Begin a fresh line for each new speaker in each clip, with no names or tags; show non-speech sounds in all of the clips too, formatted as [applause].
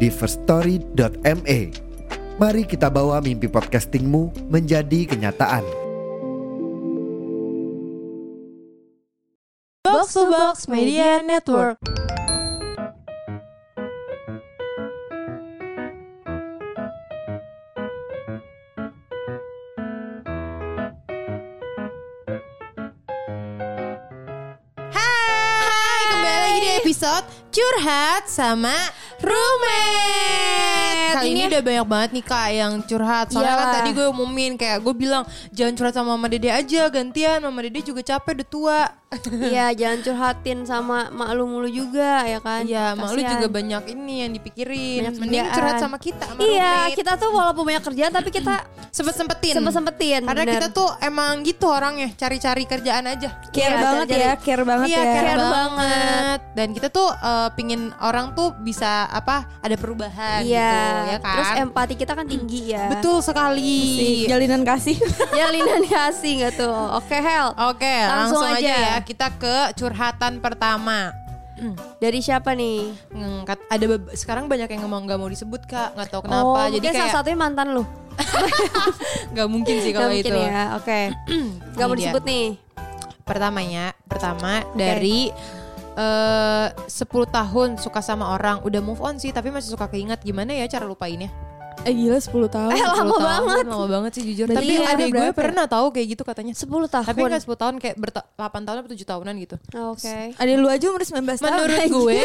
di firststory.me. Mari kita bawa mimpi podcastingmu menjadi kenyataan.
Box to Box Media Network.
Hai, kembali lagi di episode curhat sama roommate. Kali ini udah banyak banget nih kak yang curhat. Soalnya kan
Iyalah.
tadi gue umumin kayak gue bilang jangan curhat sama mama dede aja gantian. Mama dede juga capek udah tua.
Iya, jangan curhatin sama mak lu mulu juga ya kan.
Iya, mak lu
Kasian.
juga banyak ini yang dipikirin.
Banyak
Mending
kerjaan.
curhat sama kita sama
Iya,
roommate.
kita tuh walaupun banyak kerjaan tapi kita
sempet-sempetin.
sempet-sempetin.
Karena
bener.
kita tuh emang gitu orangnya cari-cari kerjaan aja.
Care
Iya,
banget
cari-cari.
ya, care banget
iya,
ya.
Care,
Care
banget.
banget.
Dan kita tuh eh, pingin orang tuh bisa apa? Ada
Iya,
perubahan gitu ya kan.
terus empati kita kan tinggi ya. [laughs]
Betul sekali.
jalinan kasih
Jalinan kasih nggak tuh. Oke, Hel.
Oke,
Langsung
langsung, aja.
aja.
ya kita ke curhatan pertama.
Dari siapa nih?
Hmm, kat- ada beb- sekarang banyak yang ngomong nggak mau disebut kak, nggak tahu kenapa.
Oh,
Jadi
mungkin salah
kayak
satunya mantan lu.
nggak mungkin sih
Nggak
kalau
mungkin
itu.
ya.
[clears throat]
Oke. Gak mau
Ini dia.
disebut nih.
Pertamanya, pertama dari eh 10 tahun suka sama orang, udah move on sih, tapi masih suka keingat gimana ya cara lupainnya?
eh gila 10 tahun
Eh, lama
10 tahun,
banget.
lama banget sih jujur.
Berarti
tapi
iya,
ada gue
berapa ya?
pernah tahu kayak gitu katanya.
10 tahun.
Tapi nggak 10 tahun kayak berta- 8 tahun atau 7 tahunan gitu.
Oke.
ada lu aja umur 19 tahun
menurut [laughs] gue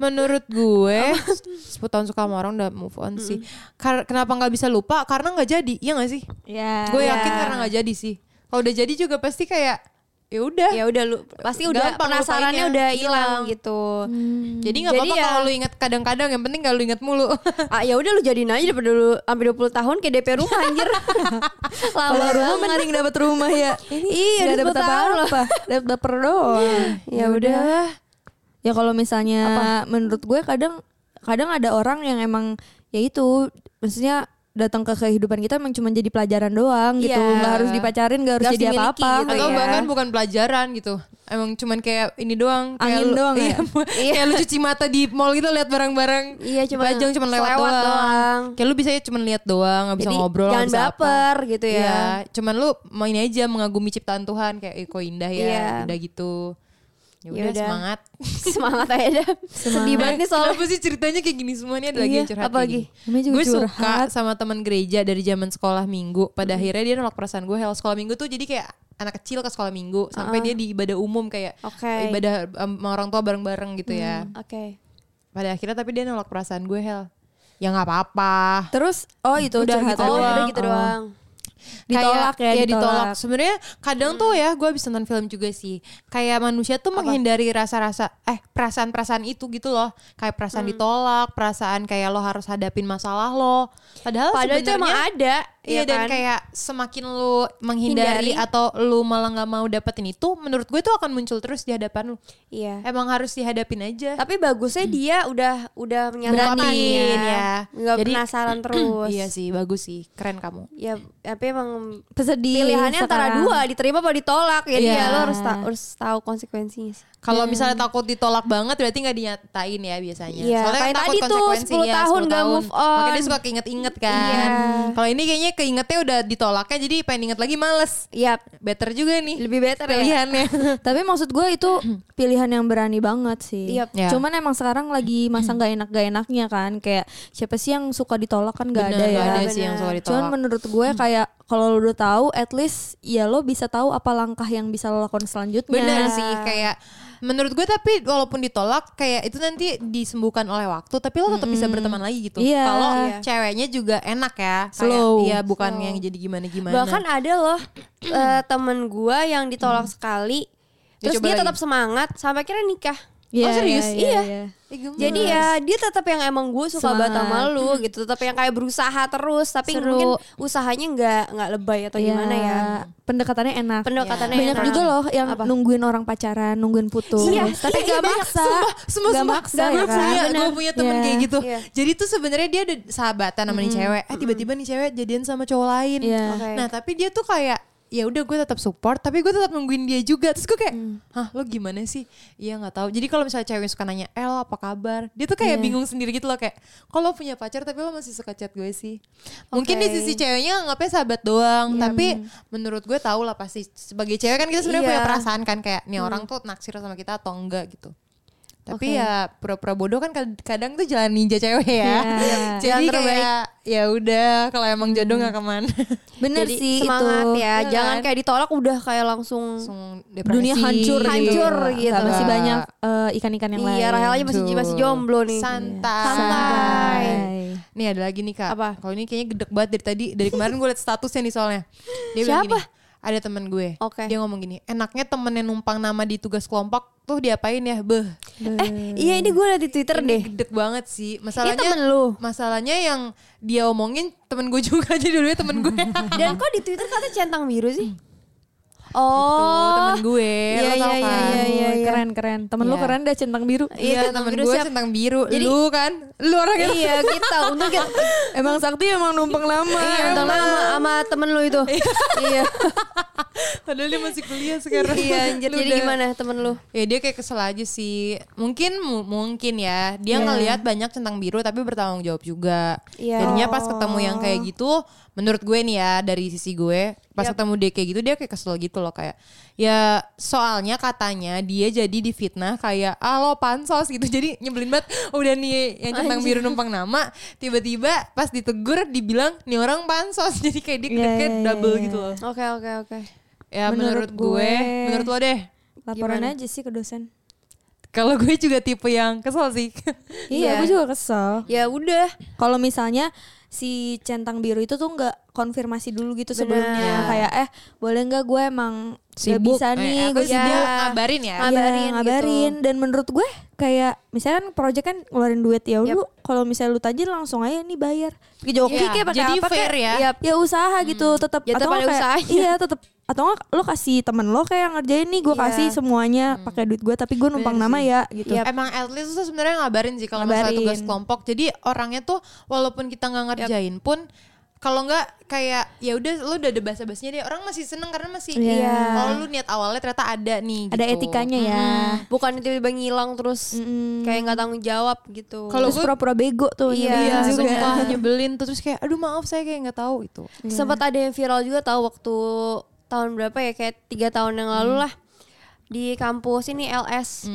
menurut gue 10 tahun suka sama orang udah move on sih Kar- kenapa nggak bisa lupa karena nggak jadi ya nggak sih
Ya.
gue yakin karena nggak jadi sih kalau udah jadi juga pasti kayak ya udah
ya udah lu pasti udah
Gampang
penasarannya
lupainnya,
udah
hilang.
hilang gitu.
Hmm.
jadi nggak
Jadi
apa-apa
ya-
kalau lu ingat kadang-kadang yang penting kalau lu ingat mulu
Ah ya udah lu jadiin aja daripada lu sampai 20 tahun kayak DP rumah
[laughs]
anjir. Lama
Kalau rumah
banget.
mending dapat rumah ya ini
Iya,
nggak
udah
dapat
10 tahun
apa-apa dapat baper doang
Ya udah.
ya kalau misalnya menurut gue kadang kadang ada orang yang emang ya itu maksudnya datang ke kehidupan kita emang cuma jadi pelajaran doang gitu
Iya.
nggak harus dipacarin nggak harus
Nggak
jadi
harus dimiliki [laughs]
apa-apa
gitu
atau
ya.
bahkan bukan pelajaran gitu emang cuman kayak ini doang kayak
Angin
lu-
doang
iya, [laughs]
ya?
kayak lu cuci mata di mall gitu lihat barang-barang
Iya, cuma
bajang cuma lewat,
selewat
doang.
doang.
kayak lu bisa ya cuma lihat doang nggak bisa
Jadi
ngobrol nggak
jangan
bisa apa.
baper gitu ya.
Iya, cuman lu mau ini aja mengagumi ciptaan Tuhan kayak "Ih, kok indah ya,
Iya.
udah gitu. Ya udah
Yaudah.
semangat.
[laughs] Semangat aja dah. Sedih banget nih soalnya.
Kenapa sih ceritanya kayak gini semuanya ada lagi
Iya,
yang curhat
apa
kayak
lagi?
gini.
Namanya juga
Gue suka
curhat.
sama teman gereja dari zaman sekolah minggu. Pada akhirnya dia nolak perasaan gue. Hell sekolah minggu tuh jadi kayak anak kecil ke sekolah minggu
Ah.
sampai dia di ibadah umum kayak
Oke.
ibadah um, sama orang tua bareng-bareng gitu ya.
Mm.
Oke.
Pada akhirnya tapi dia nolak perasaan gue Hel. Ya nggak apa-apa.
terus oh itu
Udah
curhat
gitu
Oh,
doang.
ya udah
doang.
gitu
Oh.
doang.
ditolak
kayak, iya,
ya,
ditolak.
ditolak.
Sebenarnya kadang tuh
Hmm.
ya gue habis nonton film juga sih. Kayak manusia tuh menghindari rasa-rasa eh perasaan-perasaan itu gitu loh. Kayak perasaan
Hmm.
ditolak, perasaan kayak lo harus hadapin masalah lo. Padahal,
Padahal itu emang
Oh, sebenarnya-
ada,
Iya
ya
dan
kan?
kayak semakin lu
Hindari.
menghindari atau lu malah nggak mau dapetin itu, menurut gue tuh akan muncul terus di hadapan lu.
Iya.
Emang harus dihadapin aja.
Tapi bagusnya dia udah udah menyadari
Hmm. Berani,
ya.
ya.
Nggak
Jadi- [clears throat]
penasaran terus.
Iya sih, bagus sih, keren kamu.
Ya, tapi emang
Pesedih
pilihannya antara
sekarang.
dua diterima apa ditolak ya
Iya.
dia lo harus ta- harus tahu konsekuensinya sih.
Kalau misalnya takut ditolak banget berarti nggak dinyatain ya biasanya.
Iya, kayak
takut
tadi tuh,
konsekuensi,
10
iya,
tahun nggak move on.
Makanya dia suka keinget-inget kan.
Iya.
Kalau ini kayaknya keingetnya udah ditolaknya jadi pengen inget lagi males.
Iya,
Better juga nih.
lebih better ya. [laughs]
pilihannya.
Tapi maksud gue
[clears throat]
itu pilihan yang berani banget sih.
Yap.
Ya.
Cuman emang sekarang lagi masa nggak enak gak enaknya kan. Kayak siapa sih yang suka ditolak kan nggak ada
Bener,
ya.
nggak ada sih yang suka ditolak.
Cuman menurut gue
Hmm.
kayak kalau lo udah tahu, at least ya lo bisa tahu apa langkah yang bisa lo lakukan selanjutnya.
Iya.
Bener sih kayak menurut gue tapi walaupun ditolak kayak itu nanti disembuhkan oleh waktu tapi lo tetap bisa berteman lagi gitu.
Iya.
Kalau
Iya.
ceweknya juga enak ya. Kayak,
Slow.
Iya bukan yang jadi gimana-gimana.
Bahkan ada
[clears throat]
loh eh, temen gue yang ditolak sekali, terus dia
Dicoba Hmm. lagi.
tetap semangat sampai akhirnya nikah.
Iya,
Oh, serius?
iya,
Iya.
iya.
Jadi ya dia tetap yang emang gue suka banget
Semangat.
sama lu gitu, tetap yang kayak berusaha terus, tapi
Seru. Iya.
mungkin usahanya nggak nggak lebay atau gimana ya?
pendekatannya enak
Pendekatannya
banyak
enak.
juga loh yang
Apa?
nungguin orang pacaran nungguin putus
Iya,
tapi gak maksa
Semua
Gak
semua
maksa
gue
ya kan
punya
Bener.
gue punya temen
Iya.
kayak gitu.
Iya.
Jadi tuh sebenarnya dia ada sahabatan sama nih cewek. Eh tiba-tiba nih cewek jadian sama cowok lain.
Iya.
Oke.
Nah tapi dia tuh kayak ya udah gue tetap support tapi gue tetap nungguin dia juga terus gue kayak hah lo gimana sih iya nggak tahu jadi kalau misalnya cewek suka nanya eh lo apa kabar dia tuh kayak
Iya.
bingung sendiri gitu loh kayak kalau punya pacar tapi lo masih suka chat gue sih mungkin di
Oke.
sisi ceweknya nganggapnya sahabat doang tapi menurut gue tau lah pasti sebagai cewek kan kita sebenarnya
Iya.
punya perasaan kan kayak nih orang tuh naksir sama kita atau enggak gitu tapi
Oke.
ya pura-pura bodoh kan kad- kadang tuh jalan ninja cewek ya.
Iya.
Jadi
Jalan terbaik.
kayak ya udah kalau emang jodoh nggak kemana.
bener
Jadi
sih
semangat
itu
ya,
Iya
jangan
kan?
kayak ditolak udah kayak langsung.
Langsung depresi.
dunia hancur
gitu. Hancur gitu.
Nggak, masih
Nggak.
banyak eh, ikan-ikan yang lain
Iya, Rahel aja masih
Tuh.
masih jomblo nih.
gitu. Santai.
Santai.
Nih ada lagi nih kak.
Apa?
Kalau ini kayaknya gedek banget dari tadi. Dari kemarin gue liat statusnya nih soalnya. Dia bilang
Siapa?
gini, ada temen gue.
Oke.
Dia ngomong gini. Enaknya temen yang numpang nama di tugas kelompok tuh diapain ya? Beh.
Eh, iya ini gue liat di Twitter
Ini
deh.
Gedek banget sih. Masalahnya.
temen lu.
Masalahnya yang dia omongin temen gue [laughs] juga. Jadi dulunya temen gue.
Dan kok di Twitter katanya centang biru sih? [laughs]
Tuh,
Oh,
temen gue.
Iya,
lo tau
iya, iya,
kan?
iya, iya, iya.
keren keren temen lu
Iya.
keren dah centang biru
Iya
Iya,
temen
terus
gue
siap-
centang biru
Jadi-
Lu kan Lu orangnya
iya kita untung kita
emang sakti emang numpang lama
iya, untung lah sama, sama temen lu itu iya
Padahal dia masih kuliah sekarang
iya anjir
[laughs] Lu
jadi
udah-
gimana temen lu
Ya dia kayak kesel aja sih Mungkin mu- mungkin ya Dia
Iya.
ngelihat banyak centang biru Tapi bertanggung jawab juga
Iya.
Jadinya pas ketemu yang
Oh.
kayak gitu Menurut gue nih ya Dari sisi gue Pas ketemu dia kayak gitu Dia kayak kesel gitu loh kayak Ya soalnya katanya Dia jadi difitnah Kayak ah lo pansos gitu Jadi nyebelin banget Udah nih yang centang biru numpang nama Tiba-tiba pas ditegur Dibilang nih orang pansos [laughs] Jadi kayak dia
Iya,
yeah,
iya,
double
iya,
gitu loh
oke oke oke
Ya menurut,
Menurut
gue,
gue-
menurut lo deh.
laporan aja sih ke dosen
Kalau gue juga tipe yang kesel sih.
Iya.
iya aku juga kesel
ya udah
kalau misalnya si centang biru itu tuh nggak konfirmasi dulu gitu sebelumnya
Benar.
kayak eh boleh nggak gue emang nggak bisa nih
Eh,
gue
aku sih
ya.
dia ngabarin ya.
Ngab- ngabarin gitu.
Iya, ngabarin. dan menurut gue kayak misalkan project kan ngeluarin duit ya lu kalau misalnya lu tajir langsung aja nih bayar ke joki
Iya,
kayak pakai
jadi
apa
fair
kayak,
ya.
Iya.
ya usaha gitu tetap
Ya, tetap
nggak
ada
kayak-
usahanya.
iya tetap atau nggak lu kasih temen lo kayak yang ngerjain nih gue
Iya.
kasih semuanya pakai duit gue tapi gue numpang nama ya gitu
Iya.
Emang at least tuh sebenarnya ngabarin sih kalau masalah
Ngabarin.
tugas kelompok. Jadi orangnya tuh walaupun kita nggak ngerjain pun kalau nggak kayak ya udah lu udah ada bahasa basinya deh orang masih seneng karena masih
Iya.
kalau lu niat awalnya ternyata ada nih
ada
gitu.
etikanya ya
bukan tiba-tiba ngilang terus
Mm-mm.
kayak nggak tanggung jawab gitu
Kalau gue-
Terus pura-pura bego tuh
Iya,
nyebelin
Iya,
Iya,
juga.
sumpah nyebelin tuh terus kayak aduh maaf saya kayak nggak tahu itu.
sempat Iya. ada yang viral juga tahu waktu tahun berapa ya kayak tiga tahun yang lalu
Mm.
lah di kampus ini LS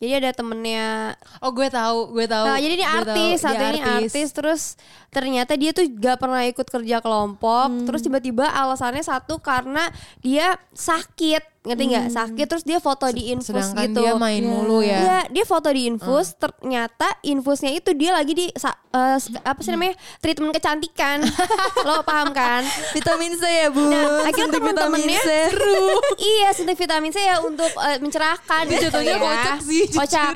jadi ada temennya
Oh gue tahu, gue tahu.
Nah, jadi ini
Gue tahu, Iya,
artis,
dia
satu ini
[laughs]
artis, terus ternyata dia tuh gak pernah ikut kerja kelompok,
Hmm.
terus tiba-tiba alasannya satu karena dia sakit, ngerti nggak? Sakit, terus dia foto di infus
Hmm. Sedangkan
gitu.
dia main mulu ya. Hmm.
Iya, dia foto di infus, ternyata infusnya itu dia lagi di sa- eh, s- apa
Hmm.
sih namanya treatment
[laughs]
kecantikan, lo paham kan?
vitamin C ya bu [laughs]
Nah, akhirnya
Suntik vitamin
temen-temennya
C [laughs]
iya suntik vitamin C ya untuk eh, mencerahkan ya.
Itu jatuhnya kocak sih, jujur.
kocak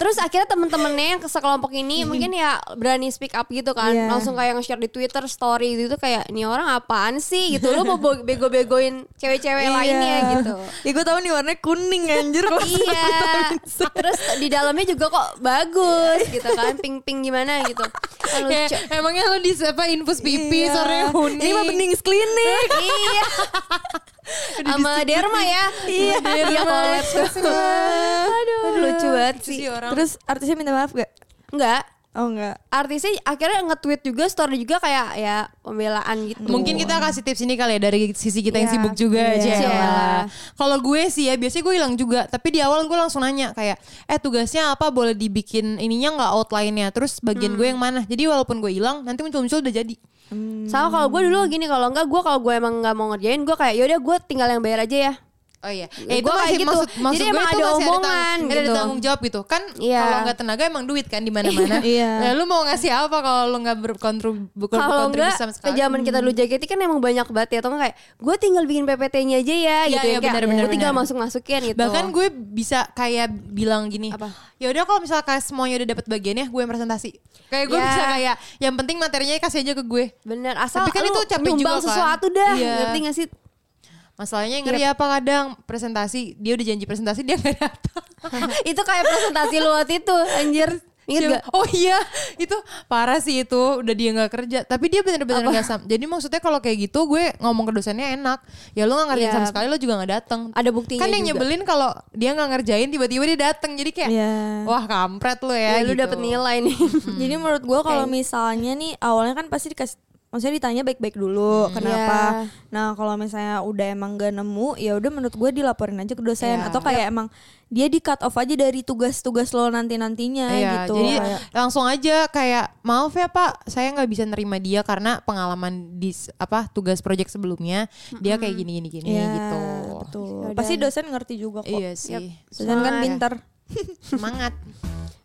terus akhirnya temen-temennya yang sekelompok ini mungkin ya berani speak up gitu kan
Iya.
langsung kayak nge-share di twitter story gitu tuh kayak ini orang apaan sih gitu lo mau bo- bego-begoin cewek-cewek lainnya gitu
Iya. ya gue tahu nih warnanya kuning
[laughs]
anjir kalau
iya terus di dalamnya juga kok bagus gitu kan pink-pink gimana gitu kan
Ya,
lucu
emangnya lo di apa infus pipi
Iya.
sore kuning.
Ini mah bening klinik.
[laughs] iya sama derma ya iya iya collab aduh
Kan
lucu banget
Lucu
Iya, gitu
sih
sih orang.
Terus artisnya minta maaf gak?
enggak
Oh enggak.
artisnya akhirnya nge-tweet juga story juga kayak ya pembelaan gitu
Mungkin kita kasih tips ini kali ya dari sisi kita yang
Iya.
sibuk juga
Iya.
aja.
Iya.
Kalau gue sih ya biasanya gue hilang juga, tapi di awal gue langsung nanya kayak eh tugasnya apa boleh dibikin ininya nggak outline-nya, terus bagian
Hmm.
gue yang mana. Jadi walaupun gue hilang nanti muncul-muncul udah jadi.
sama kalau gue dulu gini kalau enggak gue kalau gue emang nggak mau ngerjain gue kayak yaudah gue tinggal yang bayar aja ya
Oh iya, ya itu
Gua kayak
masih
gitu.
maksud, maksud
Jadi
gue
emang
itu
ada
masih
omongan
ada, tang- ada
gitu.
tanggung jawab gitu kan.
Iya.
Kalau nggak tenaga emang duit kan di
[laughs]
mana-mana.
Iya.
Nah, lu mau ngasih apa kalau lu nggak berkontribusi
kalau enggak
sama
ke
sekali?
zaman kita dulu JKT kan emang banyak banget ya atau enggak kayak gue tinggal bikin PPT-nya aja ya
Iya,
gitu
iya,
ya kayak
benar, benar,
gue tinggal
benar.
masuk-masukin gitu
Bahkan gue bisa kayak bilang gini,
Apa?
ya udah kalau misalkan semuanya udah dapat bagiannya, gue yang presentasi. Kayak gue
Ya.
bisa kayak yang penting materinya kasih aja ke gue.
bener asal
Tapi kan
lu
itu capek
nyumbang
juga kan.
sesuatu dah
Iya.
ngerti gak sih [laughs]
Masalahnya yang ngeri apa kadang presentasi dia udah janji presentasi dia nggak
[laughs]
datang.
itu kayak presentasi lu waktu itu
[laughs]
anjir inget
Siapa-
gak
Oh iya, itu parah sih itu udah dia nggak kerja. Tapi dia bener-bener
Apa?
nggak sam. Jadi maksudnya kalau kayak gitu gue ngomong ke dosennya enak. Ya lu nggak ngerjain
Iya.
sama sekali lu juga nggak datang.
Ada buktinya
Kan yang
juga.
nyebelin kalau dia nggak ngerjain tiba-tiba dia datang. Jadi kayak
Iya. Hmm.
wah kampret lu
ya,
ya.
lu
gitu.
dapet nilai nih
Jadi menurut gua kalau misalnya nih awalnya kan pasti dikasih maksudnya ditanya baik-baik dulu kenapa.
Iya.
Nah, kalau misalnya udah emang gak nemu, ya udah menurut gua dilaporin aja ke dosen
Iya.
atau kayak emang dia di cut off aja dari tugas-tugas lo nanti-nantinya
Iya,
gitu.
jadi
Kayak-
langsung aja kayak maaf ya Pak, saya nggak bisa nerima dia karena pengalaman di s- apa tugas proyek sebelumnya dia kayak gini gini gini
Iya,
gitu.
Betul.
Yaudah.
Pasti Ya dosen ngerti juga kok.
Iya sih.
Dosen kan
Semangat.
pintar.
Semangat.